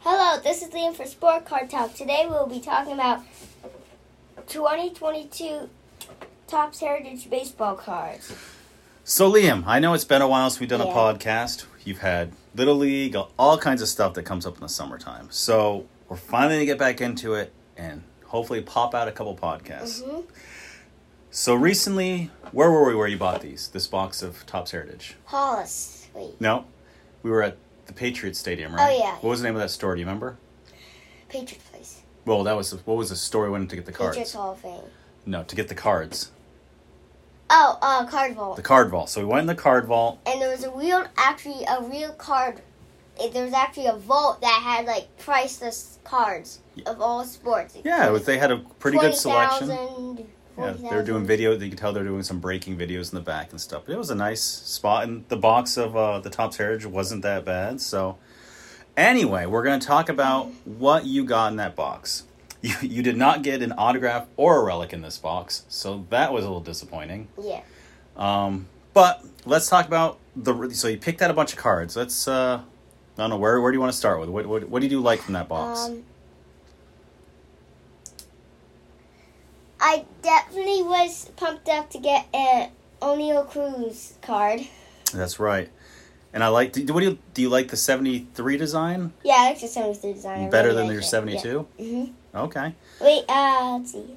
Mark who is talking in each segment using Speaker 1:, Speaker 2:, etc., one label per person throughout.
Speaker 1: Hello, this is Liam for Sport Car Talk. Today we'll be talking about 2022 Topps Heritage Baseball Cards.
Speaker 2: So, Liam, I know it's been a while since we've done
Speaker 1: Yeah.
Speaker 2: a podcast. You've had Little League, all kinds of stuff that comes up in the summertime. So, we're finally going to get back into it and hopefully pop out a couple podcasts.
Speaker 1: Mhm.
Speaker 2: So, recently, where were we where you bought these? This box of Topps Heritage?
Speaker 1: Hollis. Wait,
Speaker 2: No? We were at the Patriots Stadium, right?
Speaker 1: Oh, yeah.
Speaker 2: What was the name of that store? Do you remember?
Speaker 1: Patriot Place.
Speaker 2: Well, that was what was the store we went to get the cards?
Speaker 1: Patriots Hall of Fame.
Speaker 2: No, to get the cards.
Speaker 1: Oh, uh, card vault.
Speaker 2: The card vault. So, we went in the card vault.
Speaker 1: and there was a real, actually, a real card. it- There was actually a vault that had like priceless cards of all sports.
Speaker 2: Yeah, it was, they had a pretty good selection.
Speaker 1: 20,000,
Speaker 2: Yeah, they were
Speaker 1: 40,000.
Speaker 2: doing video. You could tell they're doing some breaking videos in the back and stuff. But it was a nice spot, and the box of uh, the Topps Heritage wasn't that bad. So, anyway, we're going to talk about what you got in that box. You, you did not get an autograph or a relic in this box, so that was a little disappointing.
Speaker 1: Yeah.
Speaker 2: Um, but let's talk about the. So you picked out a bunch of cards. Let's. Uh, I don't know where. Where do you want to start with? What What, what did you like from that box?
Speaker 1: Um, I definitely was pumped up to get an O'Neill Cruz card.
Speaker 2: That's right. And I like. Do, what do you do? You like the seventy three design
Speaker 1: Yeah, I like the 73 design. I
Speaker 2: better
Speaker 1: really
Speaker 2: than
Speaker 1: like
Speaker 2: your
Speaker 1: it.
Speaker 2: seventy two?
Speaker 1: Yeah. Mhm.
Speaker 2: Okay.
Speaker 1: Wait, uh, let's see.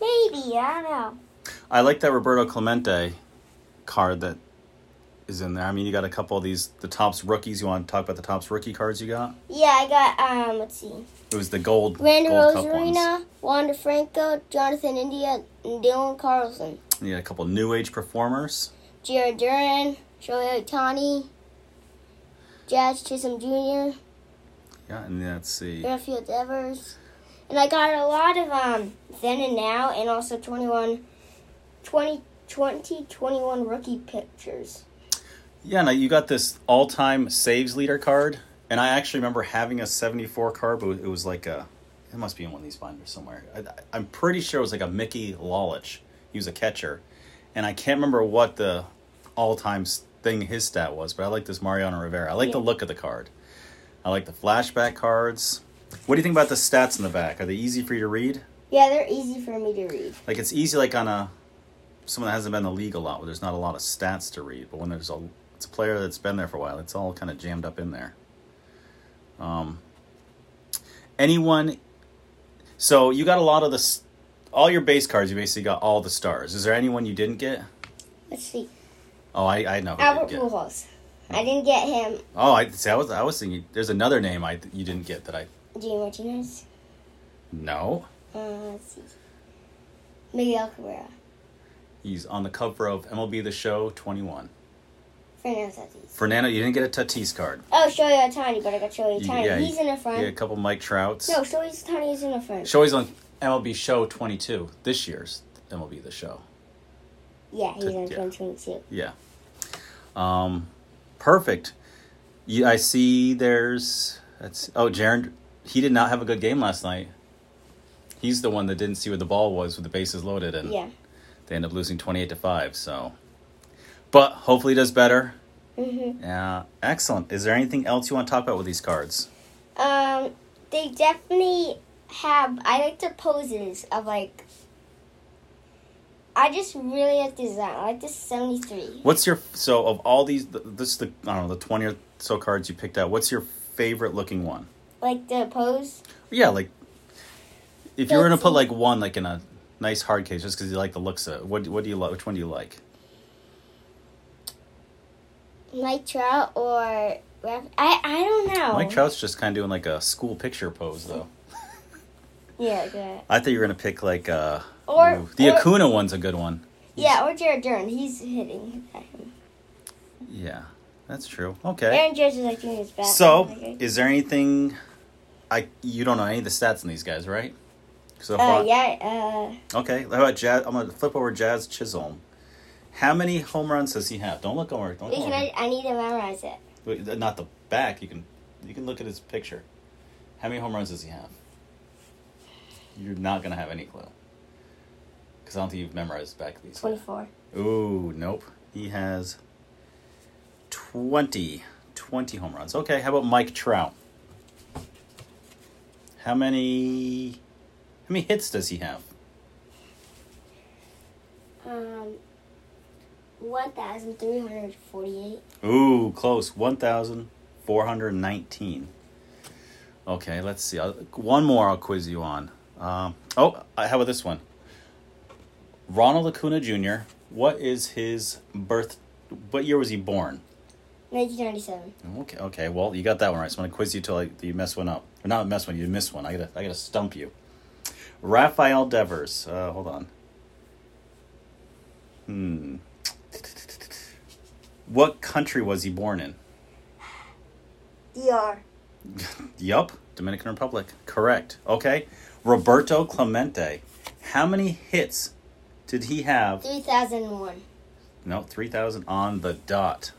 Speaker 1: Maybe, I don't know.
Speaker 2: I like that Roberto Clemente card that is in there. I mean, you got a couple of these, the Topps rookies. You want to talk about the Topps rookie cards you got?
Speaker 1: Yeah, I got, um, let's see.
Speaker 2: It was the gold,
Speaker 1: Randy
Speaker 2: gold cup ones.
Speaker 1: Rosarina, Wanda Franco, Jonathan India, and Dylan Carlson.
Speaker 2: You got a couple new age performers.
Speaker 1: Jared Duran, Shohei Otani, Jazz Chisholm Jr.,
Speaker 2: Yeah, and let's see.
Speaker 1: Garfield Evers. And I got a lot of um then and now and also 21 20 20 21 rookie pictures.
Speaker 2: Yeah, now you got this all time saves leader card. And I actually remember having a 74 card, but it was like a. It must be in one of these binders somewhere. I, I'm pretty sure it was like a Mickey Lalich. He was a catcher. And I can't remember what the all time thing his stat was, but I like this Mariano Rivera. I like the
Speaker 1: Yeah.
Speaker 2: look of the card. I like the flashback cards. What do you think about the stats in the back? Are they easy for you to read?
Speaker 1: Yeah, they're easy for me to read.
Speaker 2: like it's easy like on a someone that hasn't been in the league a lot where there's not a lot of stats to read but when there's a it's a player that's been there for a while it's all kind of jammed up in there um anyone so you got a lot of the s- all your base cards you basically got all the stars is there anyone you didn't get
Speaker 1: Let's see.
Speaker 2: oh i i know who you
Speaker 1: Albert
Speaker 2: didn't get.
Speaker 1: Pujols. I didn't get him.
Speaker 2: oh i see i was i was thinking there's another name i you didn't get that i
Speaker 1: Gene Martinez.
Speaker 2: no
Speaker 1: Uh, let's see. Miguel Cabrera.
Speaker 2: he's on the cover of mlb the show 21
Speaker 1: Fernando Tatis.
Speaker 2: fernando you didn't get a tatis card
Speaker 1: Oh, Shohei Otani, but I got Shohei
Speaker 2: You-
Speaker 1: Otani.
Speaker 2: yeah,
Speaker 1: He's in the
Speaker 2: you
Speaker 1: front.
Speaker 2: get a couple mike trouts
Speaker 1: No, Shohei Otani is in the front.
Speaker 2: Show he's on MLB Show 22 this year's MLB The Show.
Speaker 1: yeah, he's in
Speaker 2: Yeah.
Speaker 1: 2022.
Speaker 2: Yeah. Um, perfect. You, I see. There's that's oh Jaron. He did not have a good game last night. He's the one that didn't see where the ball was with the bases loaded, and
Speaker 1: Yeah.
Speaker 2: they end up losing 28 to five. So, but hopefully he does better.
Speaker 1: Mm-hmm.
Speaker 2: Yeah, excellent. Is there anything else you want to talk about with these cards?
Speaker 1: Um, they definitely have. I like the poses of like. I just really like the design. I like the seventy three.
Speaker 2: What's your so of all these? th- This is the I don't know the 20 or so cards you picked out. What's your favorite looking one?
Speaker 1: Like the pose.
Speaker 2: Yeah, like if you were gonna
Speaker 1: That's-
Speaker 2: put like one like in a nice hard case, just because you like the looks of it, what what do you like? Which one do you like?
Speaker 1: Mike Trout or Raf- I I don't know.
Speaker 2: Mike Trout's just kind of doing like a school picture pose though.
Speaker 1: Yeah. Like that.
Speaker 2: I thought you were gonna pick like uh
Speaker 1: Or
Speaker 2: ooh, the
Speaker 1: or,
Speaker 2: Acuna one's a good one.
Speaker 1: Yeah, or Jared Duran. He's hitting. at him.
Speaker 2: Yeah, that's true. Okay.
Speaker 1: Aaron Judge is like doing his best.
Speaker 2: So
Speaker 1: Okay.
Speaker 2: is there anything? I you don't know any of the stats in these guys, right? So
Speaker 1: Uh,
Speaker 2: far-
Speaker 1: yeah. Uh,
Speaker 2: Okay. How about Jazz? I'm gonna flip over Jazz Chisholm. How many home runs does he have? Don't look over. Don't
Speaker 1: we
Speaker 2: look over.
Speaker 1: can, I, I need to memorize it.
Speaker 2: Wait, th- not the back. You can you can look at his picture. How many home runs does he have? You're not gonna have any clue. Because I don't think you've memorized the back of these.
Speaker 1: Twenty four.
Speaker 2: Ooh, nope. He has 20. 20 home runs. Okay, how about Mike Trout? How many how many hits does he have?
Speaker 1: Um, 1,348.
Speaker 2: Ooh, close. 1,419. Okay, let's see. I'll, one more I'll quiz you on. Um, oh, uh, how about this one? Ronald Acuna Jr., what is his birth? What year was he born?
Speaker 1: 1997.
Speaker 2: Okay, okay. Well, you got that one right. So I'm gonna quiz you till I, you mess one up. Or not mess one. You miss one. I gotta, I gotta stump you. Raphael Devers. Uh, hold on. Hmm. What country was he born in?
Speaker 1: DR.
Speaker 2: Yup, Dominican Republic. Correct. Okay. Roberto Clemente. How many hits did he have?
Speaker 1: 3001.
Speaker 2: No, 3,000 on the dot.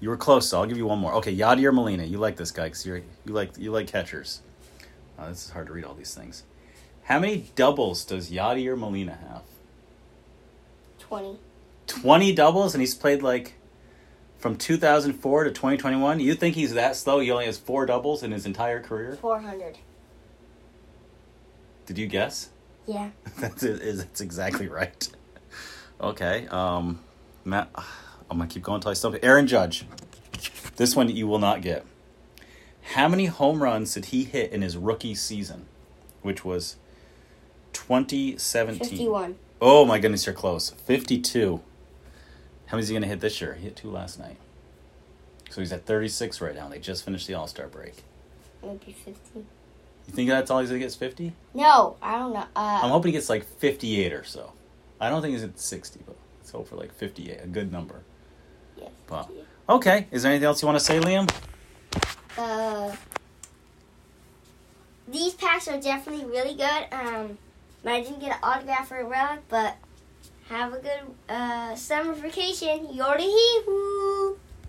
Speaker 2: You were close, so I'll give you one more. Okay, Yadier Molina. You like this guy because you like you like catchers. Uh, this is hard to read all these things. How many doubles does Yadier Molina have?
Speaker 1: 20.
Speaker 2: 20 doubles and he's played like from 2004 to 2021 you think he's that slow he only has four doubles in his entire career
Speaker 1: 400.
Speaker 2: did you guess
Speaker 1: Yeah.
Speaker 2: that's, it, is, that's exactly right okay um matt i'm gonna keep going until i stump it. aaron judge this one you will not get how many home runs did he hit in his rookie season which was 2017
Speaker 1: 51.
Speaker 2: Oh my goodness, you're close. 52. How many is he going to hit this year? He hit two last night. So he's at 36 right now. and They just finished the All Star break.
Speaker 1: Maybe 50.
Speaker 2: You think that's all he's going to get is 50?
Speaker 1: No, I don't know.
Speaker 2: I'm
Speaker 1: Uh,
Speaker 2: hoping he gets like 58 or so. I don't think he's at 60, but let's hope for like 58, a good number.
Speaker 1: yeah,
Speaker 2: Wow.
Speaker 1: 50.
Speaker 2: Okay, is there anything else you want to say, Liam?
Speaker 1: Uh, these packs are definitely really good. Um, I didn't get an autograph or a relic, but have a good uh, summer vacation. Yorda hee hoo!